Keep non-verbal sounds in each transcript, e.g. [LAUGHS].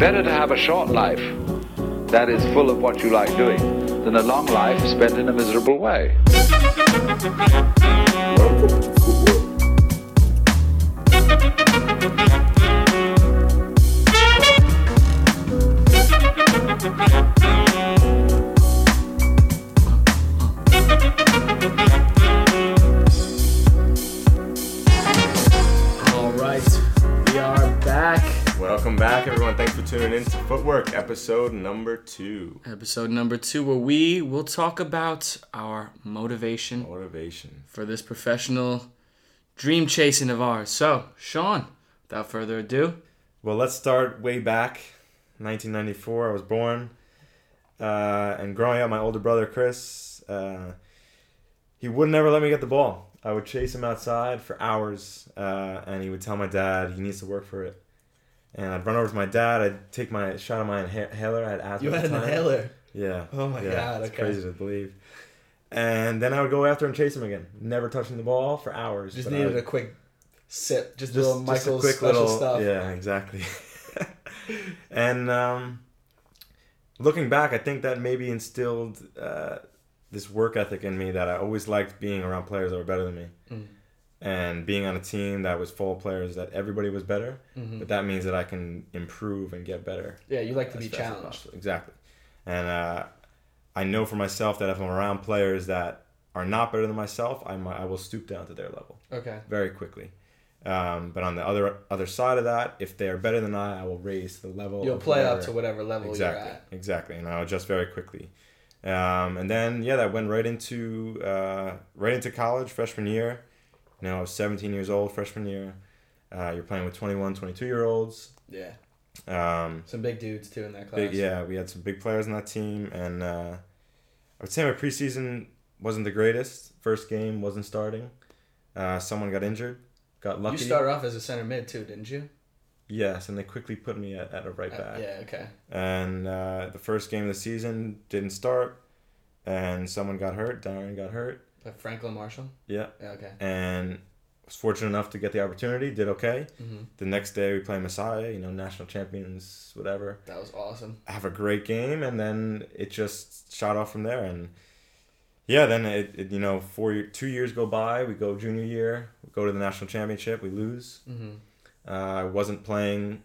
Better to have a short life that is full of what you like doing than a long life spent in a miserable way. All right, we are back. Welcome back, everyone. Thanks for tuning in to Footwork, episode number two. Episode number two, where we will talk about our motivation Motivation. for this professional dream chasing of ours. So, Sean, without further ado, Well, let's start way back, 1994. I was born, uh, and growing up, my older brother Chris, uh, he would never let me get the ball. I would chase him outside for hours, uh, and he would tell my dad he needs to work for it. And I'd run over to my dad. I'd take my shot of my inhaler. I had asthma. You at had the an time. inhaler. Yeah. Oh my Yeah, God, It's okay. crazy to believe. And then I would go after him, chase him again. Never touching the ball for hours. Just but I needed would- a quick sip, just, just, little Michael's just a quick special little stuff. yeah exactly [LAUGHS] and um, looking back i think that maybe instilled uh, this work ethic in me that i always liked being around players that were better than me Mm. and being on a team that was full of players that everybody was better Mm-hmm. but that means that i can improve and get better Yeah, you like to as be fast as challenged. possible. Exactly. And uh, I know for myself that if I'm around players that are not better than myself, I, might, I will stoop down to their level Okay. very quickly. Um, but on the other other side of that, if they are better than I, I will raise the level. You'll of play up whatever- to whatever level exactly, you're at. exactly, and I'll adjust very quickly. Um, and then yeah, that went right into uh, right into college freshman year. You know, I was 17 years old freshman year. Uh, you're playing with 21, 22 year olds. Yeah. Um, Some big dudes too in that class. Big, yeah, we had some big players on that team, and uh, I would say my preseason wasn't the greatest. First game wasn't starting. Uh, someone got injured, got lucky. You started off as a center mid too, didn't you? yes, and they quickly put me at, at a right Uh, back. yeah. Okay. And uh, the first game of the season didn't start, and someone got hurt. Darren got hurt. Like Franklin Marshall. Yeah, Yeah, okay. and was fortunate enough to get the opportunity. Did okay. hmm The next day we play Messiah, you know, national champions, whatever. That was awesome. have a great game and then it just shot off from there and yeah then it, it you know four year, two years go by we go junior year we go to the national championship we lose hmm uh, i wasn't playing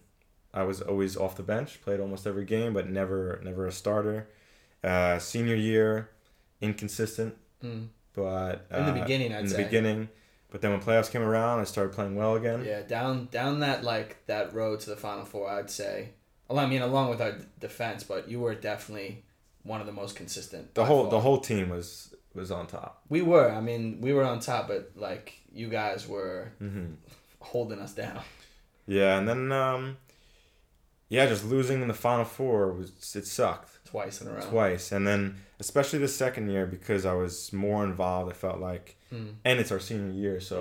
i was always off the bench played almost every game but never never a starter uh, senior year inconsistent Mm. but uh, In the beginning, I'd in the say. beginning but then when playoffs came around i started playing well again Yeah. Down down that like that road to the final four, I'd say. Well, I mean, along with our d- defense, but you were definitely one of the most consistent. the by whole far. the whole team was was on top We were. I mean, we were on top, but like you guys were mm-hmm. holding us down. [LAUGHS] Yeah, and then um, yeah, just losing in the final four was it sucked twice in a row. twice, and then especially the second year because I was more involved. I felt like, Mm. and it's our senior year, Yeah. so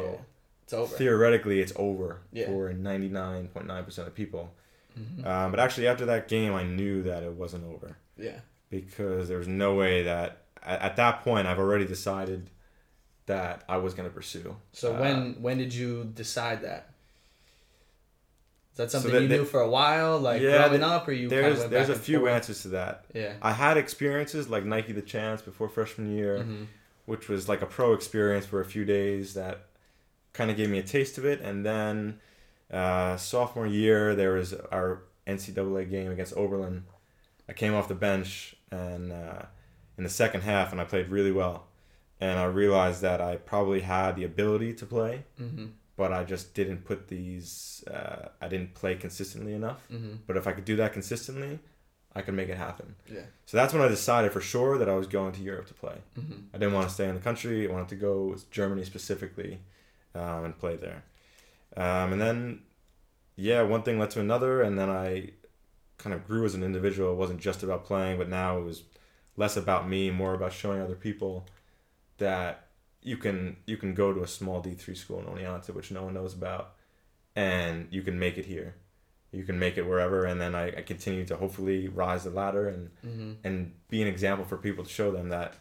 It's over. theoretically it's over Yeah. Mm-hmm. for ninety nine point nine percent of people. Um, but actually, after that game, I knew that it wasn't over yeah. because there was no way that at, at that point I've already decided that I was going to pursue. So Uh, when when did you decide that? Is that something that- you that- knew for a while, like Yeah, growing there- up, or you kind of there's went there's back a and few forth? answers to that. Yeah. I had experiences like Nike the Chance before freshman year, which was like a pro experience for a few days that kind of gave me a taste of it. And then uh, sophomore year, there was our NCAA game against Oberlin. I came off the bench and uh, in the second half, and I played really well. And I realized that I probably had the ability to play, but I just didn't put these. Uh, I didn't play consistently enough. But if I could do that consistently, I could make it happen. Yeah. So that's when I decided for sure that I was going to Europe to play. I didn't want to stay in the country. I wanted to go to Germany specifically um, and play there. Um, and then, yeah, one thing led to another. And then I kind of grew as an individual. It wasn't just about playing, but now it was less about me, more about showing other people that you can you can go to a small D three school in Oneonta, which no one knows about, and you can make it here. You can make it wherever, and then I, I continue to hopefully rise the ladder and Mm-hmm. and be an example for people to show them that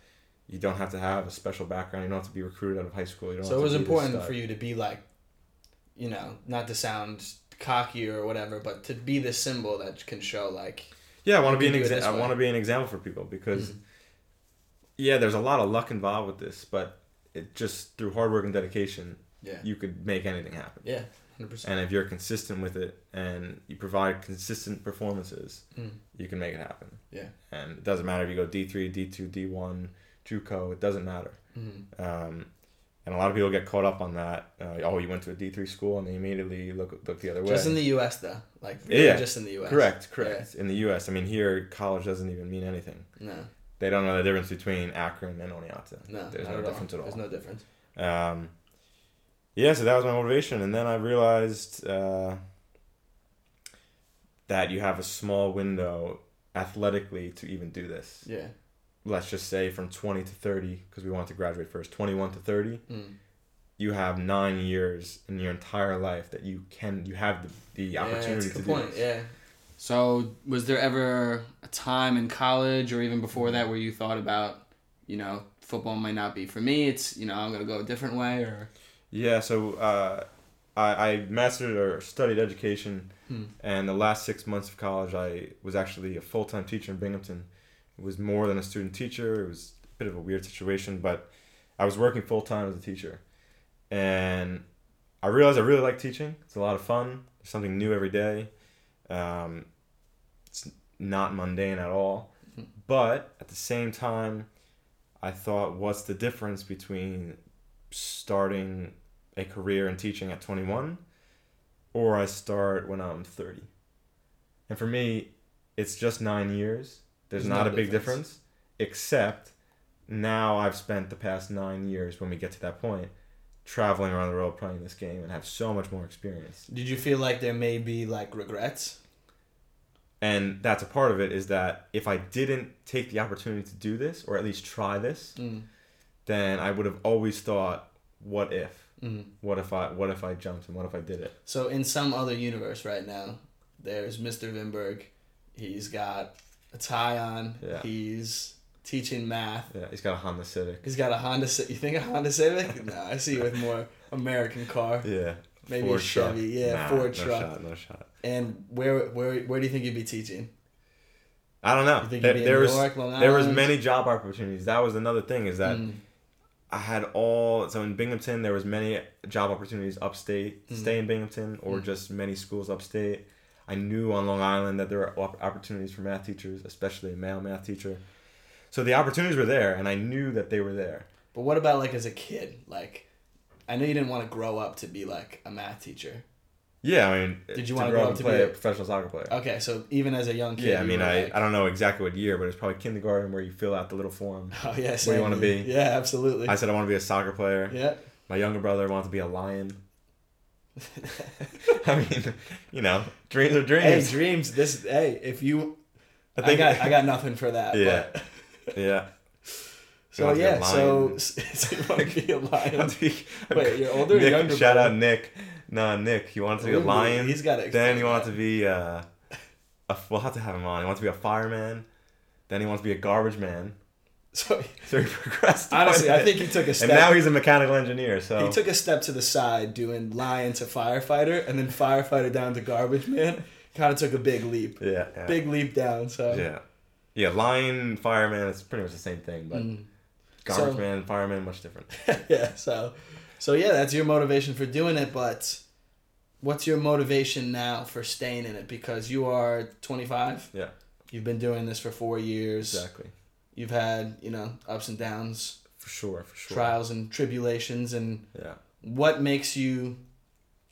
you don't have to have a special background. You don't have to be recruited out of high school. You don't. So have it was to be this important stud. for you to be like, you know, not to sound cocky or whatever, but to be the symbol that can show like, Yeah, I want to be You an can do exa- it this I way. Mm-hmm. want to be an example for people because yeah, there's a lot of luck involved with this, but it just through hard work and dedication, yeah, you could make anything happen. yeah, hundred percent. And if you're consistent with it and you provide consistent performances, Mm. you can make it happen. Yeah. And it doesn't matter if you go D3, D2, D1, JUCO, it doesn't matter. Mm-hmm. Um, and a lot of people get caught up on that. Uh, oh, you went to a D3 school and they immediately look, look the other way. Just in the U.S. though, like really Yeah. just in the U.S. Correct, correct. In the U.S., I mean, here, college doesn't even mean anything No, they don't know the difference between Akron and Oneonta. no, there's not no at difference all. at all. There's no difference. Um, yeah, so that was my motivation, and then I realized uh, that you have a small window athletically to even do this. Yeah, Let's just say from 20 to 30, because we want to graduate first, 21 to 30. Mm. You have nine years in your entire life that you can, you have the, the yeah, opportunity that's a to good do point. this. Yeah, So, was there ever a time in college or even before that where you thought about, you know, football might not be for me? It's, you know, I'm going to go a different way or. Yeah, so uh, I, I mastered or studied education, and the last six months of college, I was actually a full time teacher in Binghamton. It was more than a student teacher, it was a bit of a weird situation, but I was working full time as a teacher. And I realized I really like teaching, it's a lot of fun, there's something new every day. Um, it's not mundane at all. But at the same time, I thought, what's the difference between starting a career in teaching at 21 or I start when I'm 30. And for me, it's just nine years. There's, There's not no a big difference. difference, except now I've spent the past nine years when we get to that point traveling around the world playing this game and have so much more experience. Did you feel like there may be like regrets? And that's a part of it is that if I didn't take the opportunity to do this or at least try this, Mm. then I would have always thought, what if? Mm. What if I what if I jumped and what if I did it? So in some other universe right now, there's Mr. Vinberg. He's got a tie on. Yeah. He's teaching math. Yeah, he's got a Honda Civic. He's got a Honda. Ci- You think a Honda [LAUGHS] Civic? no, I see you with more American car. Yeah. Maybe a Chevy, yeah, Ford no truck. Shot, no shot. And where where where do you think you'd be teaching? I don't know. You think there, you'd be in there New was York, Long there was Island? Mm. many job opportunities. That was another thing is that I had all so in Binghamton there was many job opportunities upstate, to stay in Mm. Binghamton or just many schools upstate. I knew on Long Island that there were op- opportunities for math teachers, especially a male math teacher. So the opportunities were there, and I knew that they were there. But what about like as a kid? Like, I know you didn't want to grow up to be like a math teacher. Yeah, I mean, Did you wanna grow grow up up and to play be a a- professional soccer player? Okay, so even as a young kid, Yeah, I you mean, were I, like- I don't know exactly what year, but it's probably kindergarten where you fill out the little [LAUGHS] form. [LAUGHS] Oh yeah, where same. you wanna be. Yeah, absolutely. I said I want to be a soccer player. yeah. My younger brother wanted to be a lion. [LAUGHS] [LAUGHS] I mean, you know, dreams are Hey, dreams. dreams. This hey, if you, I, think- got I got nothing for that. Yeah. [LAUGHS] but- yeah. so want to be a yeah, [LAUGHS] so, lion. so you want to be a I [LAUGHS] lion? want to be- [LAUGHS] Wait, you're older or Nick, younger Shout brother? out Nick. Nah, Nick. He wanted to be a Ooh, lion. he's gotta Then explain he wanted that. to be. Uh, a, we'll have to have him on. He wants to be a fireman. Then he wants to be a garbage man. [LAUGHS] So So he progressed. quite honestly, a I bit. think he took a And step. now he's a mechanical engineer. So he took a step to the side, doing lion to firefighter, and then firefighter down to garbage man. Kind of took a big leap. yeah, yeah. Big leap down. So Yeah. Yeah, lion, fireman, it's pretty much the same thing, but garbage So- man, fireman, much different. yeah, so so yeah, that's your motivation for doing it, but what's your motivation now for staying in it because you are 25. Yeah. You've been doing this for 4 years. Exactly. You've had, you know, ups and downs, For sure, for sure. trials and tribulations and Yeah. what makes you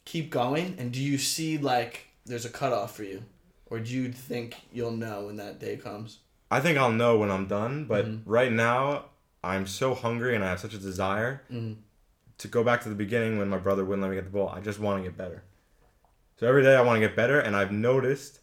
keep going and do you see like there's a cutoff for you or do you think you'll know when that day comes? I think I'll know when I'm done, but right now I'm so hungry and I have such a desire to go back to the beginning when my brother wouldn't let me get the ball. I just want to get better. So every day I want to get better, and I've noticed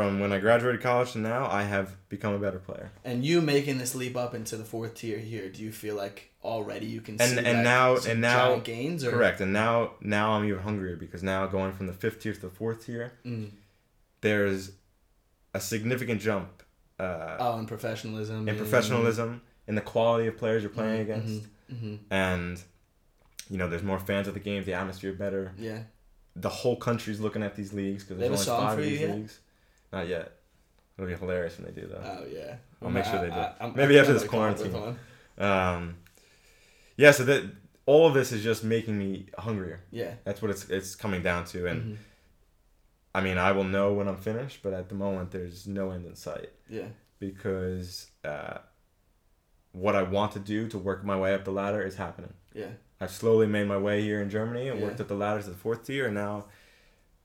From when I graduated college to now, I have become a better player. And you making this leap up into the fourth tier here, do you feel like already you can And- see and that now- some and now- giant gains or Correct. And now now I'm even hungrier because now going from the fifth tier to the fourth tier, Mm. there's a significant jump uh, oh and professionalism in professionalism, in the quality of players you're Mm-hmm, playing against, hmm and you know there's more fans of the game, the atmosphere better. yeah The whole country's looking at these leagues because They have a there's song only five for of you these yet? leagues. Not yet. It'll be hilarious when they do though. oh yeah I'll make sure they do. I'm- Maybe after I'm this gonna quarantine. come up with one. Um, yeah. So that all of this is just making me hungrier. yeah That's what it's it's coming down to, and Mhm. I mean, I will know when I'm finished, but at the moment, there's no end in sight yeah because uh, what I want to do to work my way up the ladder is happening. yeah I've slowly made my way here in Germany and worked Yeah. up the ladder to the fourth tier, and now,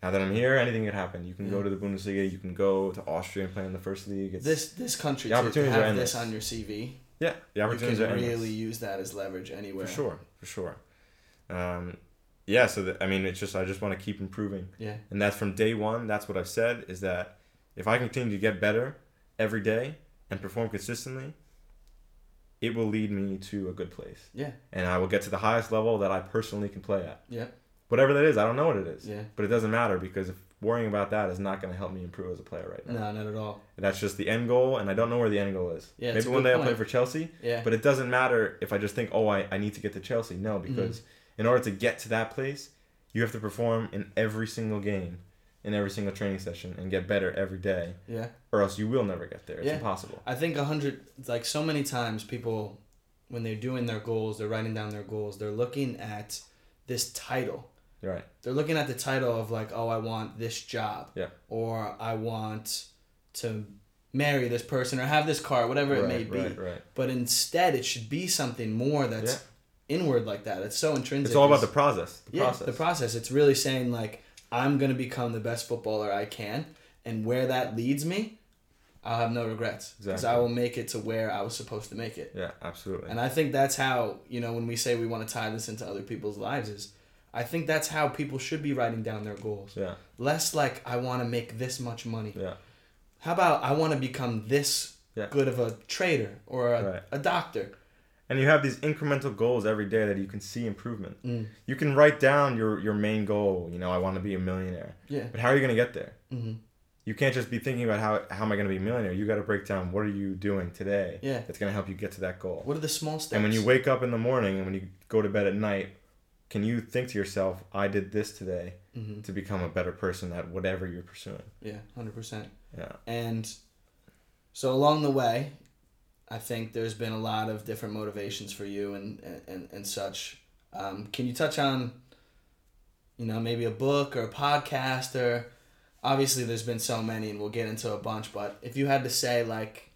now that I'm here, anything could happen. You can go Yeah. to the Bundesliga, you can go to Austria and play in the first league. It's, this this country The to- to opportunities are have this endless. on your CV yeah, the you can opportunities are endless. really use that as leverage anywhere for sure, for sure. Um, yeah, so that, I mean, it's just I just want to keep improving. yeah and that's from day one. That's what I've said is that if I continue to get better every day and perform consistently, it will lead me to a good place, yeah and I will get to the highest level that I personally can play at. yeah Whatever that is, I don't know what it is, yeah but it doesn't matter because if worrying about that is not going to help me improve as a player right now. no not at all That's just the end goal, and I don't know where the end goal is. Yeah, it's Maybe a one good day I'll point. play for Chelsea, yeah but it doesn't matter if I just think, oh, I, I need to get to Chelsea. No, Mm. because in order to get to that place, you have to perform in every single game, in every single training session, and get better every day, yeah or else you will never get there. It's Yeah. impossible. I think a hundred like so many times people when they're doing their goals, they're writing down their goals, they're looking at this title. You're right. They're looking at the title of like, oh I want this job. Yeah. Or I want to marry this person or have this car, whatever right, it may be. Right, right. But instead it should be something more that's inward like that. It's so intrinsic. It's all about the process. The yeah, process. the process. It's really saying like I'm gonna become the best footballer I can, and where that leads me, I'll have no regrets because I Exactly. will make it to where I was supposed to make it. yeah, absolutely. And I think that's how you know when we say we want to tie this into other people's lives is, I think that's how people should be writing down their goals. yeah, Less like I want to make this much money. yeah, How about I want to become this Yeah. good of a trader or a, Right. a doctor? and you have these incremental goals every day that you can see improvement. Mm. You can write down your your main goal. You know, I want to be a millionaire. Yeah. But how are you going to get there? hmm you can't just be thinking about how, how am I going to be a millionaire. You got to break down what are you doing today Yeah. that's going to help you get to that goal. What are the small steps? and when you wake up in the morning and when you go to bed at night, can you think to yourself, I did this today Mhm. to become a better person at whatever you're pursuing? yeah, hundred percent. Yeah. And so along the way, I think there's been a lot of different motivations for you and and, and such. Um, can you touch on, you know, maybe a book or a podcast or obviously there's been so many and we'll get into a bunch, but if you had to say like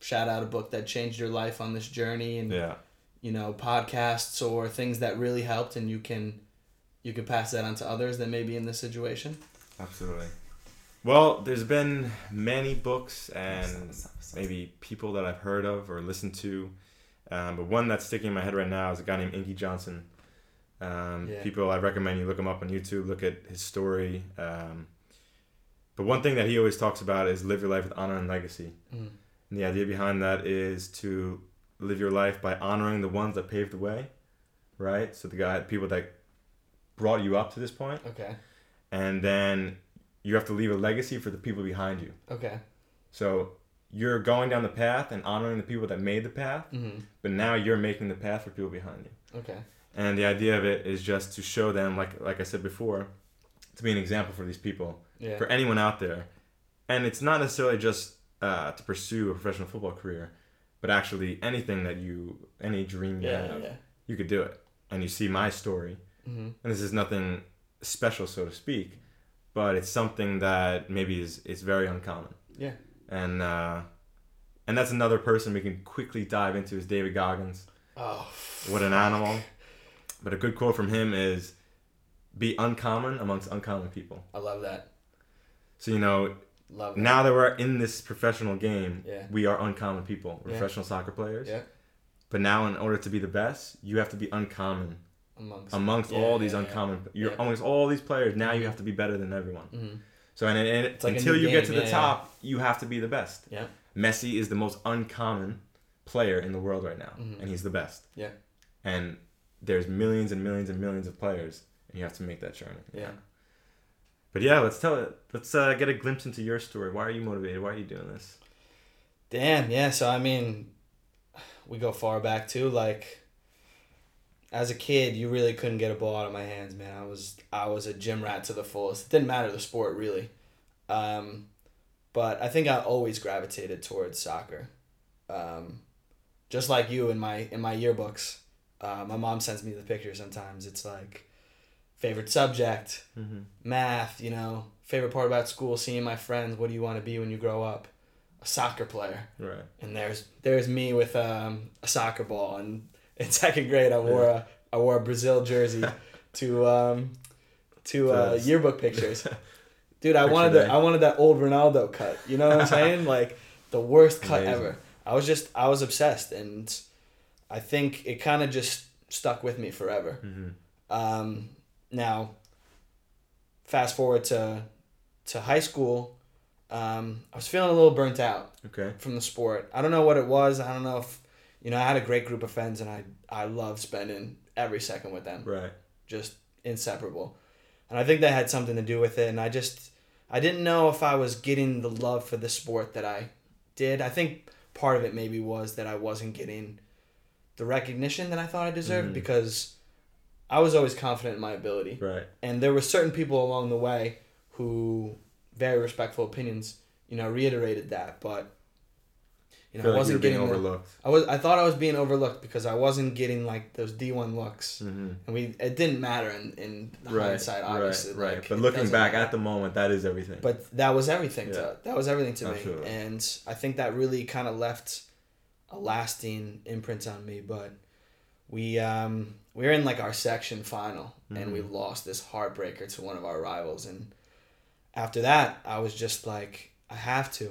shout out a book that changed your life on this journey and Yeah. you know, podcasts or things that really helped and you can you could pass that on to others that may be in this situation. Absolutely. Well, there's been many books and maybe people that I've heard of or listened to, um, but one that's sticking in my head right now is a guy named Inky Johnson. Um, Yeah. People, I recommend you look him up on YouTube, look at his story. Um, but one thing that he always talks about is live your life with honor and legacy. Mm. And the idea behind that is to live your life by honoring the ones that paved the way, right? So the guy, people that brought you up to this point Okay. and then you have to leave a legacy for the people behind you. Okay. So you're going down the path and honoring the people that made the path, Mhm. but now you're making the path for people behind you. Okay. And the idea of it is just to show them, like like I said before, to be an example for these people, Yeah. for anyone out there. And it's not necessarily just uh, to pursue a professional football career, but actually anything that you, any dream you have, you could do it. And you see my story, Mm-hmm. and this is nothing special, so to speak, but it's something that maybe is is very uncommon. Yeah. And uh, and that's another person we can quickly dive into is David Goggins. Oh. What an animal! But a good quote from him is, "Be uncommon amongst uncommon people." I love that. So you know Love that. now that we're in this professional game, Yeah. we are uncommon people, We're Yeah. professional soccer players. Yeah. But now, in order to be the best, you have to be uncommon amongst amongst Yeah, all yeah, these yeah. uncommon. You're Yeah. amongst all these players. Now you have to be better than everyone. Mhm. So and, and it, like a until new you game, get to the yeah, yeah. top, you have to be the best. Yeah. Messi is the most uncommon player in the world right now, Mm-hmm. and he's the best. Yeah. And there's millions and millions and millions of players, and you have to make that journey. Yeah. But yeah, let's tell it. Let's uh, get a glimpse into your story. Why are you motivated? Why are you doing this? Damn, yeah. So I mean, we go far back too. Like, as a kid, you really couldn't get a ball out of my hands, man. I was I was a gym rat to the fullest. It didn't matter the sport really, um, but I think I always gravitated towards soccer, um, just like you in my in my yearbooks. Uh, my mom sends me the picture sometimes. It's like favorite subject, math. You know, favorite part about school, seeing my friends. What do you want to be when you grow up? A soccer player Right. and there's there's me with um, a soccer ball and in [LAUGHS] second grade I wore a I wore a Brazil [LAUGHS] jersey to um, to uh, Those. yearbook [LAUGHS] pictures. Dude, I Picture wanted the, day. I wanted that old Ronaldo cut. You know what I'm [LAUGHS] saying? like the worst cut Amazing. ever. I was just I was obsessed and I think it kind of just stuck with me forever. Mm-hmm. Um, now, fast forward to to high school, um, I was feeling a little burnt out Okay. from the sport. I don't know what it was. I don't know if you know. I had a great group of friends, and I I loved spending every second with them, Right. just inseparable. And I think that had something to do with it. And I just I didn't know if I was getting the love for the sport that I did. I think part of it maybe was that I wasn't getting the recognition that I thought I deserved because I was always confident in my ability Mm-hmm. Right. and there were certain people along the way who very respectful opinions you know reiterated that but I you feel know i like you're wasn't being getting the- overlooked. i was i thought i was being overlooked because i wasn't getting like those d1 looks Mhm. and we it didn't matter in in hindsight obviously Right. Right. like, but it looking doesn't back matter. at the moment, that is everything. But that was everything Yeah. to that was everything to Absolutely. me, and I think that really kind of left a lasting imprint on me. But we um, we were in like our section final, and Mm-hmm. we lost this heartbreaker to one of our rivals, and after that, I was just like, I have to,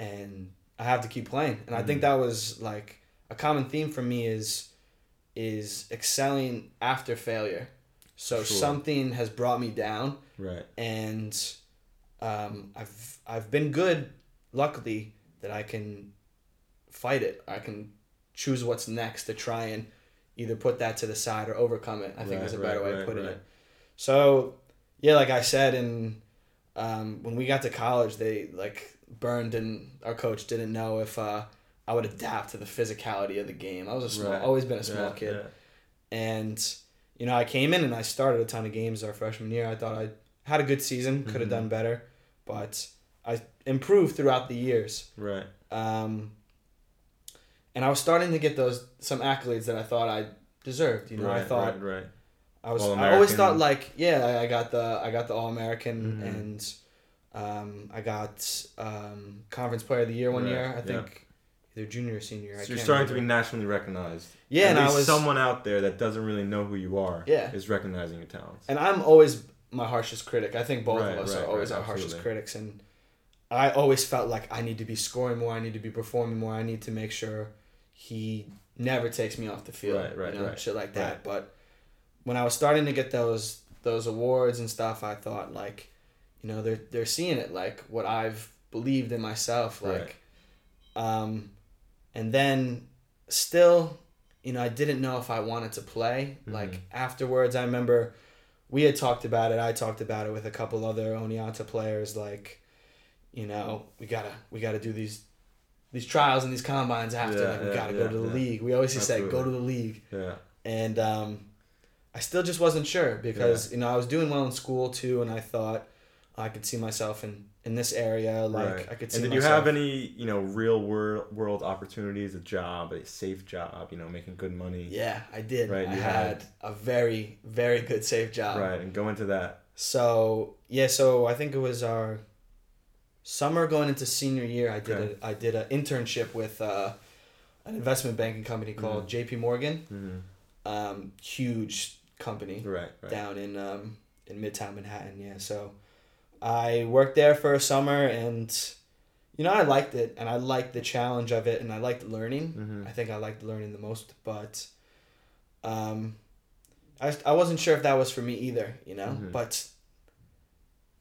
and I have to keep playing, and I Mm. think that was like a common theme for me is is excelling after failure. So Sure. something has brought me down right. and um, I've I've been good, luckily that I can fight it. I can choose what's next to try and either put that to the side or overcome it. I think is a Right, better right, way right, of putting right. it. So yeah, like I said, and um, when we got to college, they like burned and our coach didn't know if uh, I would adapt to the physicality of the game. I was a small, Right. always been a small Yeah, kid yeah. and you know I came in and I started a ton of games our freshman year. I thought I had a good season, could have Mm-hmm. done better, but I improved throughout the years. Right. Um, and I was starting to get those some accolades that I thought I deserved. You know, right. I thought Right. Right. I was I All-American. Mm-hmm. always thought like yeah I, I got the I got the All American and um, I got um, Conference Player of the Year one Right, year. I yeah. think either junior or senior. I So you're can't starting to be remember. nationally recognized. Yeah, At and I least was- someone out there that doesn't really know who you are. Yeah. Is recognizing your talents. and I'm always my harshest critic. I think both Right, of us right, are always right, our harshest absolutely. critics, and I always felt like I need to be scoring more. I need to be performing more. I need to make sure he never takes me off the field. Right, right, you know, right, shit like that. But when I was starting to get those those awards and stuff, I thought like, you know, they're they're seeing it like what I've believed in myself, like. Right. Um, and then still, you know, I didn't know if I wanted to play. Mm-hmm. Like afterwards, I remember we had talked about it. I talked about it with a couple other Oneonta players. Like, you know, we gotta we gotta do these these trials and these combines after. Yeah, like, we yeah, gotta yeah, go to the yeah. league. We always used to say go to Absolutely. the league, yeah. and um, I still just wasn't sure because you know I was doing well in school too, and I thought I could see myself in in this area. Like right. I could see. and did myself. you have any, you know, real world world opportunities, a job, a safe job, you know, making good money? Yeah, I did. Right, I you had, had- a very, very good safe job. Right. And go into that. So yeah, so I think it was our summer going into senior year. I did Okay. a, I did an internship with uh, an investment banking company called J.P. Morgan, um, huge company Right. Right. down in um, in Midtown Manhattan. Yeah, so I worked there for a summer, and you know I liked it, and I liked the challenge of it, and I liked learning. I think I liked learning the most, but um, I I wasn't sure if that was for me either, you know. But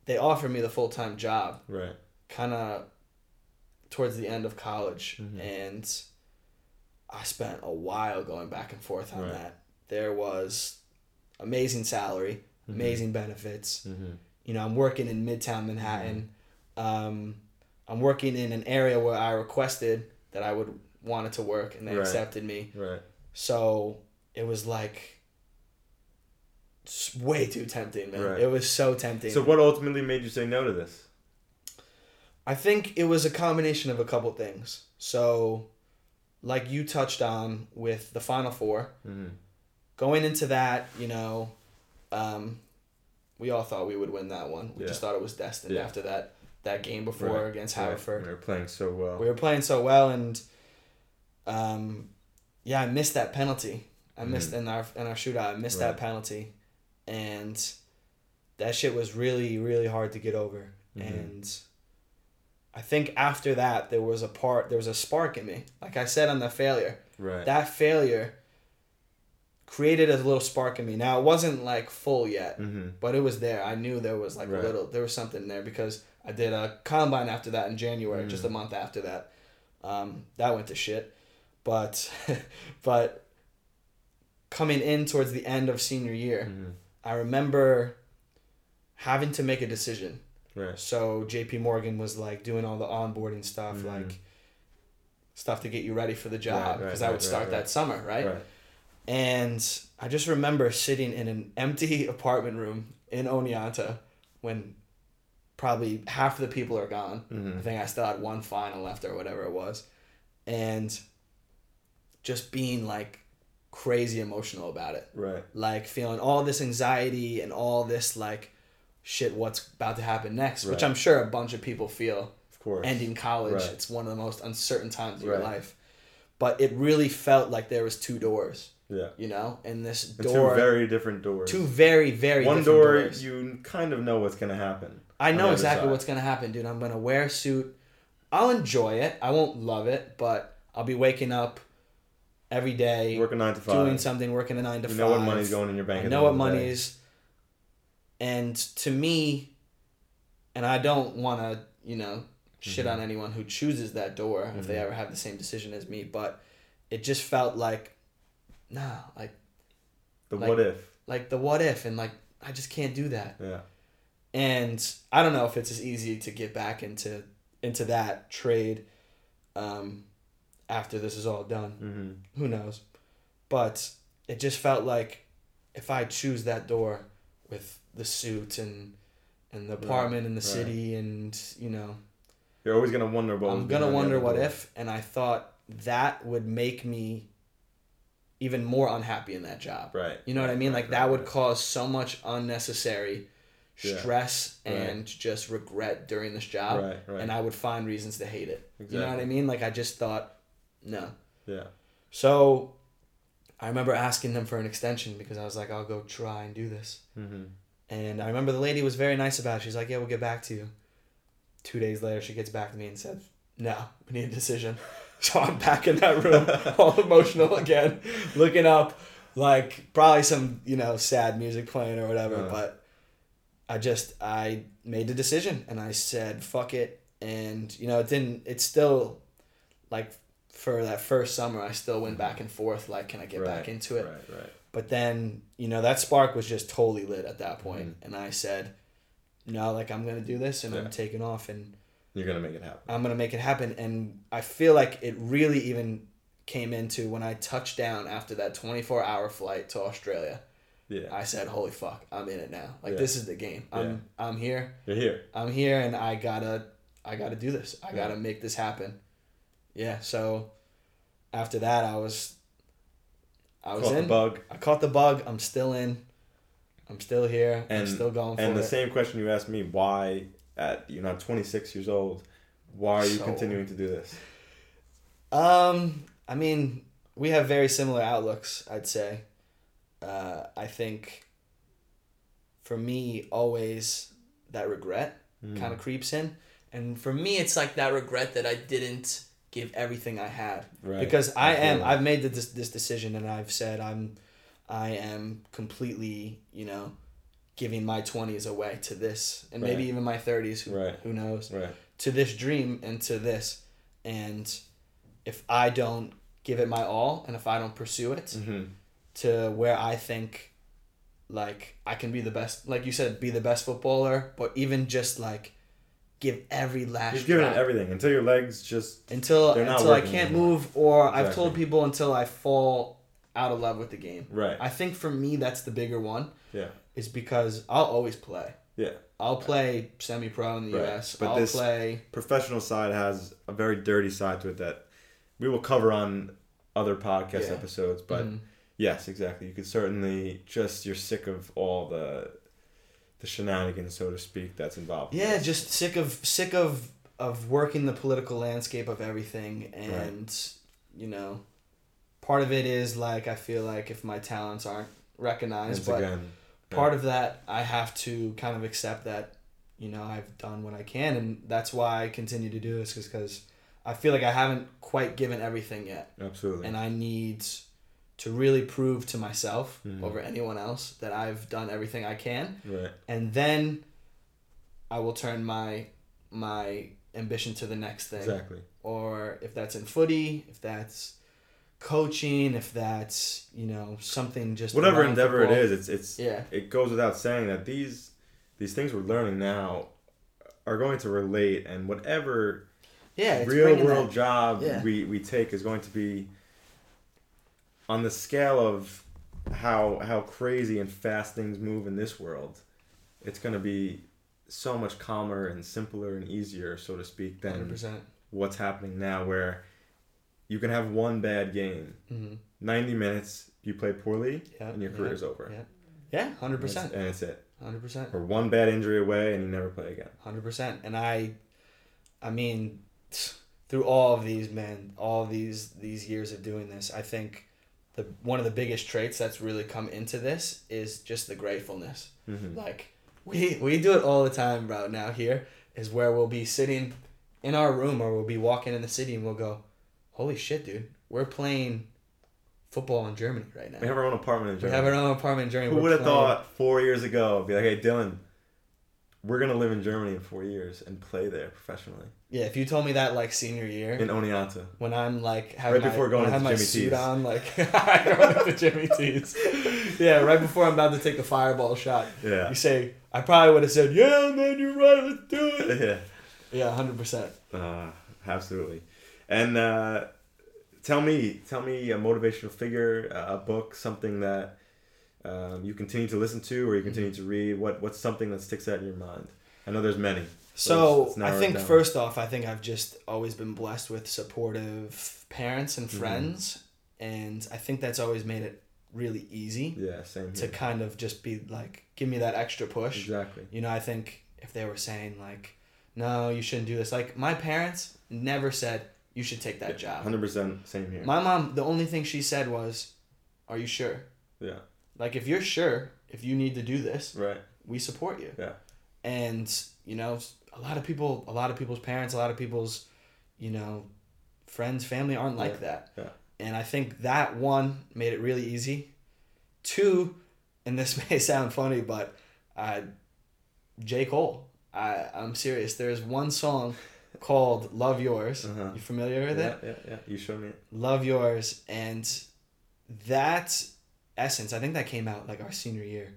they offered me the full time job Right. kind of towards the end of college Mm-hmm. and i spent a while going back and forth on Right. that there was amazing salary Mm-hmm. amazing benefits you know i'm working in midtown manhattan Mm-hmm. um, i'm working in an area where i requested that i would wanted to work and they Right. accepted me Right. so it was like s- way too tempting man Right. it was so tempting So what ultimately made you say no to this? I think it was a combination of a couple things. So, like you touched on with the Final 4 Mhm. going into that, you know, um, we all thought we would win that one. We Yeah. just thought it was destined Yeah. after that that game before Right. against Right. Haverford. We were playing so well. We were playing so well, and um, yeah, I missed that penalty. I missed in our in our shootout. I missed that Mm-hmm. Right. penalty, and that shit was really really hard to get over. Mm-hmm. And I think after that, there was a part, there was a spark in me. Like I said on the failure, right. that failure created a little spark in me. Now it wasn't like full yet, Mhm. but it was there. I knew there was like Right. a little, there was something there because I did a combine after that in January, just Mm. a month after that. Um, that went to shit, but [LAUGHS] but coming in towards the end of senior year, Mm-hmm. I remember having to make a decision. Right. So JP Morgan was like doing all the onboarding stuff, like stuff to get you ready for the Mm. job Right, right, because I right, would start right, that summer, right? Right. And I just remember sitting in an empty [LAUGHS] apartment room in Oneonta when probably half of the people are gone. Mm-hmm. I think I still had one final left or whatever it was. And just being like crazy emotional about it Right. like feeling all this anxiety and all this like shit what's about to happen next which Right. i'm sure a bunch of people feel Of course. ending college Right. it's one of the most uncertain times of Right. your life but it really felt like there was two doors Yeah. you know and this And door Two very different doors. two very very One different door, doors. you kind of know what's gonna happen. i on the know other exactly side. what's gonna happen dude i'm gonna wear a suit i'll enjoy it i won't love it but i'll be waking up every day working nine to five. doing something working a nine to You five know what money's going in your bank. at I the know end what of the money day. is. And to me, and I don't want to, you know, shit Mm-hmm. on anyone who chooses that door if they ever have the same decision as me, but it just felt like, nah, like, The like- what if? like the what if, and like, I just can't do that. Yeah. And I don't know if it's as easy to get back into into that trade um, after this is all done Mm-hmm. who knows but it just felt like if i choose that door with the suit and and the apartment in the right. city and you know You're always gonna wonder what. was i'm gonna behind the wonder other what door. if and i thought that would make me even more unhappy in that job Right. you know what i right, mean right, like right, that would right. cause so much unnecessary Yeah. stress Right. and just regret during this job Right, right. and i would find reasons to hate it you know what Exactly. i mean like i just thought no Yeah. so I remember asking them for an extension because I was like, I'll go try and do this. Mm-hmm. And I remember the lady was very nice about it. She's like, Yeah, we'll get back to you. Two days later, she gets back to me and said, No, we need a decision. [LAUGHS] So I'm back in [LAUGHS] that room, all emotional again, looking up, like probably some, you know, sad music playing or whatever. Uh. But I just, I made the decision and I said, Fuck it. And, you know, it didn't, it's still like for that first summer, I still went back and forth, like, can I get back Mm-hmm. Right, into it? Right. Right. But then, you know, that spark was just totally lit at that point. And I said, no, like, I'm going to do this and Mm-hmm. Yeah. I'm taking off and You're gonna make it happen. I'm going to make it happen. And I feel like it really even came into when I touched down after that 24 hour flight to Australia. Yeah. I said, holy fuck, I'm in it now. Like, Yeah. this is the game. I'm, I'm here. You're here. I'm here and I gotta I gotta do this. I gotta make this happen. Yeah, so after that I was I was Caught the in bug. I caught the bug, I'm still in. I'm still here. I'm And still going for And the it. same question you asked me: Why, at you know, 26 years old, why are you So- continuing to do this? um I mean, we have very similar outlooks, I'd say. Uh I think for me always that regret Hmm. kind of creeps in. And for me it's like that regret that I didn't give everything I had. Right. because I am. feel it. I've made the, this this decision, and I've said I'm, I am completely, you know, giving my 20s away to this and maybe Right. even my 30s who, Right. who knows Right. to this dream and to this and if i don't give it my all and if i don't pursue it Mhm. to where i think like i can be the best like you said be the best footballer but even just like give every last You've given it drop everything until your legs just until They're not until I working can't anymore. move or I've Exactly. told people until I fall out of love with the game. Right. I think for me that's the bigger one yeah is because I'll always play. yeah. I'll play semi pro in the Right. US. But I'll this- play Professional side has a very dirty side to it that we will cover on other podcast Yeah. episodes. But Mhm. yes, exactly. You could certainly just you're sick of all the the shenanigans, so to speak, that's involved. in Yeah, this. just sick of sick of of working the political landscape of everything and you know part of it is like I feel like if my talents aren't recognized Once but again, part of that I have to kind of accept that you know I've done what I can and that's why I continue to do this because I feel like I haven't quite given everything yet absolutely. and I need to really prove to myself Mm-hmm. over anyone else that I've done everything I can right. and then I will turn my my ambition to the next thing Exactly. or if that's in footy if that's coaching if that's you know something just Whatever around endeavor it football. is, it's it's yeah it goes without saying that these these things we're learning now are going to relate and whatever yeah it's real bringing that- world job Yeah. we, we take is going to be on the scale of how how crazy and fast things move in this world it's going to be so much calmer and simpler and easier so to speak than 100%. what's happening now where you can have one bad game hmm 90 minutes you play poorly Yeah, and your yeah, career's over yeah. Yeah, hundred And, it's, percent, and it's it hundred percent, or one bad injury away and you never play again hundred percent. And I, I mean, through all of these man, all these these years of doing this, I think the one of the biggest traits that's really come into this is just the gratefulness. Mm-hmm. Like we we do it all the time right now. Here is where we'll be sitting in our room, or we'll be walking in the city, and we'll go, "Holy shit, dude! We're playing football in Germany right now. we have our own apartment in We Germany. have our own apartment in Germany. Who We're would have playing- thought four years ago, be like, hey, Dylan, we're going to live in Germany in four years and play there professionally Yeah, if you told me that like senior year, in Oneonta. when I'm like having Right before my, going when I have into my Jimmy suit T's. on, like [LAUGHS] I go into [LAUGHS] Jimmy T's. Yeah, right before I'm about to take the fireball shot. Yeah. You say I probably would have said, "Yeah, man, you're right. Let's do it." [LAUGHS] yeah. Yeah, hundred percent. Uh, absolutely. And uh, tell me, tell me a motivational figure, a a book, something that um, you continue to listen to or you continue Mm-hmm. to read. What What's something that sticks out in your mind? I know there's many. So let's- let's I narrow it think down. first off, I think I've just always been blessed with supportive parents Mm-hmm. and friends, and I think that's always made it really easy Yeah, same to here. kind of just be like, give me that extra push. Exactly. You know, I think if they were saying like, "No, you shouldn't do this," like my parents never said you should take that job. 100% same here. My mom, the only thing she said was, "Are you sure?" yeah, Like if you're sure, if you need to do this, right. we support you. Yeah. And you know, a lot of people, a lot of people's parents, a lot of people's, you know, friends, family aren't like Yeah. that. Yeah. And I think that one made it really easy. Two, and this [LAUGHS] may sound funny, but uh, J. Cole. I, I'm serious. There's one song called Love Yours. Uh-huh. You familiar with it? Yeah, yeah, yeah. You showed me it. Love Yours. And that essence, I think that came out like our senior year.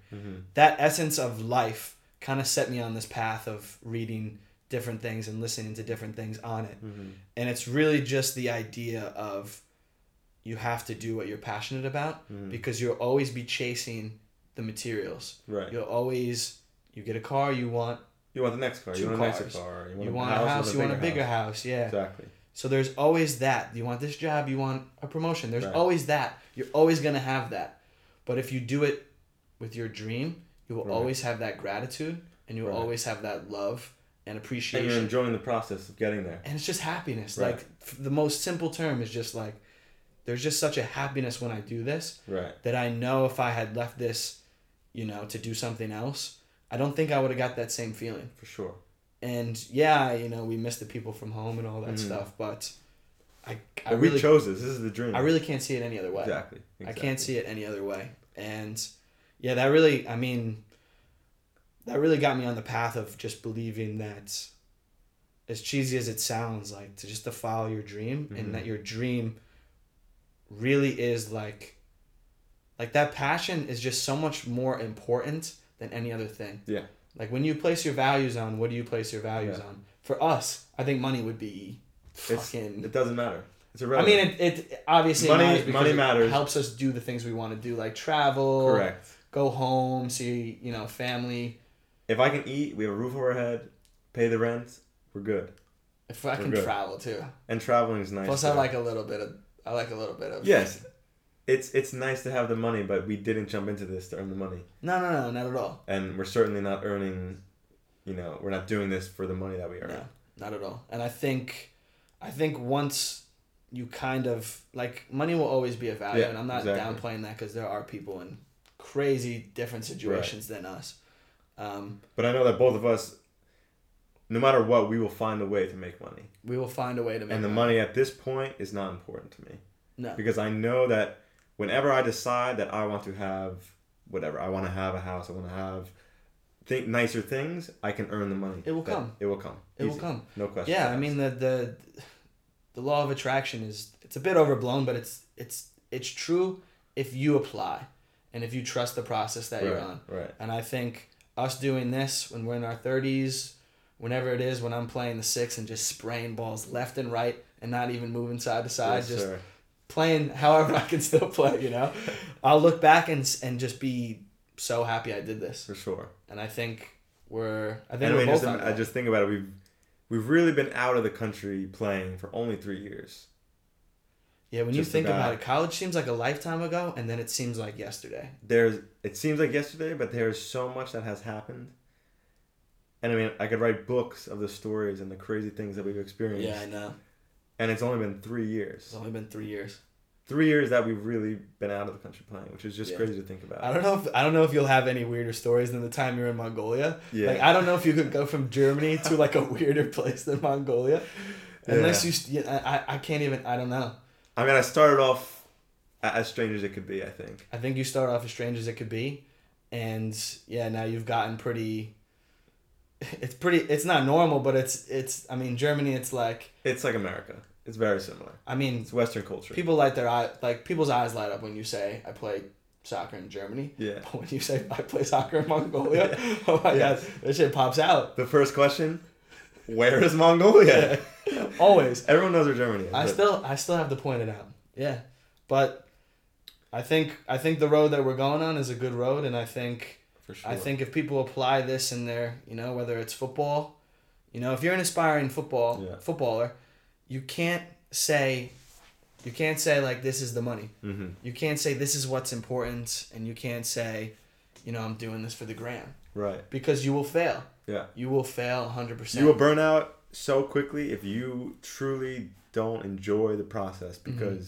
That essence of life kind of set me on this path of reading different things and listening to different things on it. And it's really just the idea of you have to do what you're passionate about because you'll always be chasing the materials. Right. You'll always you get a car you want, You want the next car. Two you want a nicer cars. car. you want a house, you want a bigger house, yeah. Exactly. So there's always that. You want this job, you want a promotion. There's Right. always that. You're always going to have that. But if you do it with your dream, you will Right. always have that gratitude and you'll Right. always have that love and And appreciation. you're And, enjoying the process of getting there. it's just happiness. Right. Like f- the most simple term is just like there's just such a happiness when I do this Right. that I know if I had left this, you know, to do something else, I don't think I would have got that same feeling For sure. and yeah, you know, we miss the people from home and all that stuff, but I, I Mm-hmm. But really, we chose this. This is the dream. I really can't see it any other way. Exactly. I can't see it any other way. And yeah, that really, I mean, that really got me on the path of just believing that as cheesy as it sounds like to just to follow your dream Mm-hmm. and that your dream really is like like that passion is just so much more important than any other thing Yeah. like when you place your values on what do you place your values Yeah. on for us i think money would be It's, fucking it doesn't matter. It's I irrelevant. mean, it, it obviously Money- matters because money it matters. Helps us do the things we want to do, like travel, correct. go home, see you know family. If I can eat, we have a roof over our head, pay the rent, we're good. If I We're can good. travel too. And traveling is nice. Plus, too. I like a little bit of. I like a little bit of. Yes, it's it's nice to have the money, but we didn't jump into this to earn the money, No, no, no, not at all. and we're certainly not earning. You know, we're not doing this for the money that we earn. No, not at all. And I think, I think once you kind of like money will always be a value, Yeah, and I'm not exactly. downplaying that because there are people in crazy different situations than us. Um, But I know that both of us, no matter what, we will find a way to make money. we will find a way to make And the money at this point is not important to me. No. Because I know that whenever I decide that I want to have whatever, I want to have a house, I want to have think nicer things, I can earn the money. It will That- come. It will come. It will Easy. come. No question. yeah i mean the, the the law of attraction is it's a bit overblown but it's it's it's true if you apply and if you trust the process that you're Right, on right. and i think us doing this when we're in our 30s whenever it is when i'm playing the six and just spraying balls left and right and not even moving side to side Yes, just sir. playing however i can still play you [LAUGHS] know i'll look back and s- and just be so happy i did this for sure. and i think we're i think And I we're mean, both just, on I that. just think about it. We've we've really been out of the country playing for only three years. Yeah, when you Just think about. about it, college seems like a lifetime ago, and then it seems like yesterday. there's it seems like yesterday, but there's so much that has happened. And I mean, I could write books of the stories and the crazy things that we've experienced. know. And it's only been three years. It's only been three years. Three years that we've really been out of the country playing, which is just Yeah. crazy to think about. I don't know. If, I don't know if you'll have any weirder stories than the time you were in Mongolia. Yeah. Like I don't know if you could go from Germany to like a [LAUGHS] weirder place than Mongolia, unless Yeah. you. st- yeah, I I- I can't even. I don't know. I mean, I started off a- as strange as it could be. I think. I think you start off as strange as it could be, and yeah, now you've gotten pretty. [LAUGHS] It's pretty. It's not normal, but it's it's. I mean, Germany. It's like. It's like America. It's very similar. I mean, It's Western culture. people light their eye like people's eyes light up when you say I play soccer in Germany. Yeah. But [LAUGHS] when you say I play soccer in Mongolia, [LAUGHS] oh [LAUGHS] my Yeah. god, this shit pops out the first question: Where is [LAUGHS] Mongolia? always. Everyone knows where Germany is. I but- still I still have to point it out. Yeah, but I think I think the road that we're going on is a good road, and I think for sure. I think if people apply this in their you know whether it's football, you know if you're an aspiring football Yeah. footballer, you can't say. You can't say like this is the money. hmm you can't say this is what's important and you can't say you know i'm doing this for the gram Right. because you will fail Yeah. you will fail 100% You will burn out so quickly if you truly don't enjoy the process Mm-hmm. because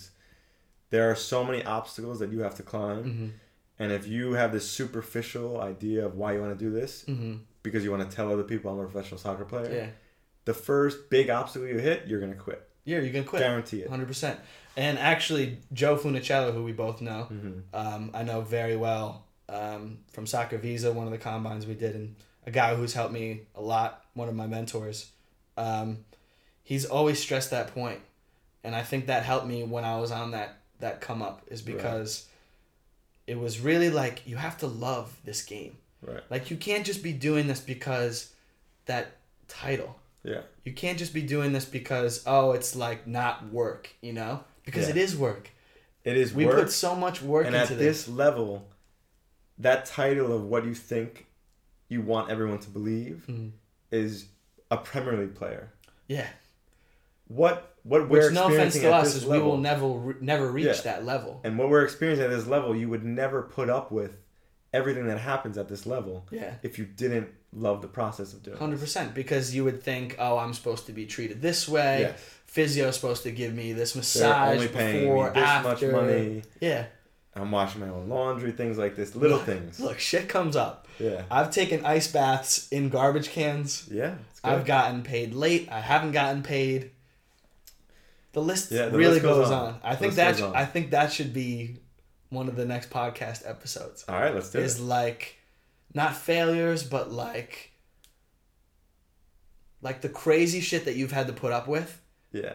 there are so many obstacles that you have to climb. Mm-hmm. And if you have this superficial idea of why you want to do this, Mhm. because you want to tell other people I'm a professional soccer player, yeah the first big obstacle you hit, you're going to quit. yeah you're gonna quit Guarantee it. 100% and actually joe funicello who we both know Mm-hmm. um, i know very well um, from soccer visa one of the combines we did and a guy who's helped me a lot one of my mentors um, he's always stressed that point and i think that helped me when i was on that that come up is because it was really like you have to love this game Right. like you can't just be doing this because that title Yeah. you can't just be doing this because oh it's like not work you know because Yeah. it is work It is we work. put so much work and at into this, this level, that title of what you think you want everyone to believe Mm-hmm. is a Premier League player. yeah what what we're which no offense experiencing to at us this is level, we will never re- never reach Yeah. that level and what we're experiencing at this level, you would never put up with everything that happens at this level. Yeah. If you didn't love the process of doing. it. 100% because you would think oh i'm supposed to be treated this way Yes. physio's supposed to give me this They're massage only paying before me this after much money. yeah I'm washing my own laundry, things like this, little Look, things. look shit comes up Yeah. i've taken ice baths in garbage cans Yeah. It's good. I've gotten paid late. I haven't gotten paid. The list Yeah, the really list goes goes, on. on. I The think list that goes on. I think that should be one of the next podcast episodes. All right, let's do Is it. like not failures, but like like the crazy shit that you've had to put up with Yeah.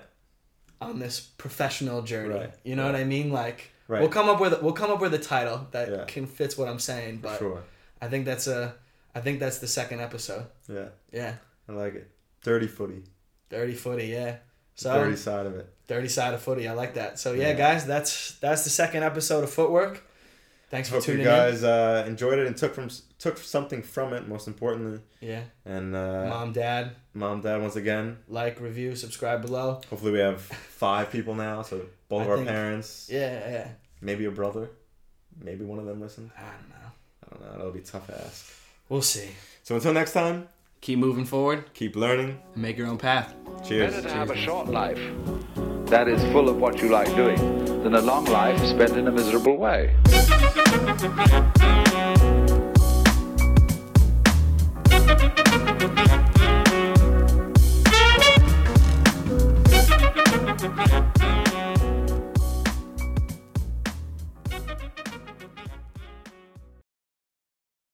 on this professional journey. Right, You know what I mean? Like Right. we'll come up with we'll come up with a title that Yeah. can fits what I'm saying, but sure. I think that's a I think that's the second episode. Yeah. Yeah. I like it. Dirty footy. Dirty footy, yeah. So Dirty side of it. Dirty side of footy. I like that. So yeah, Yeah. guys, that's that's the second episode of Footwork. Thanks for Hope tuning you guys uh, enjoyed it and took from took something from it. Most importantly, in. Yeah. and uh, mom. Mom, dad, dad, once again. like, review, subscribe below. Hopefully, we have five people now. So both I of our think- parents, Yeah, yeah. maybe a brother, maybe one of them listened. I don't know. I don't know. That'll be tough to ask. We'll see. So until next time, Keep moving forward keep learning. and make your own path. Cheers. Better to have a short life that is full of what you like doing than a long life spent in a miserable way.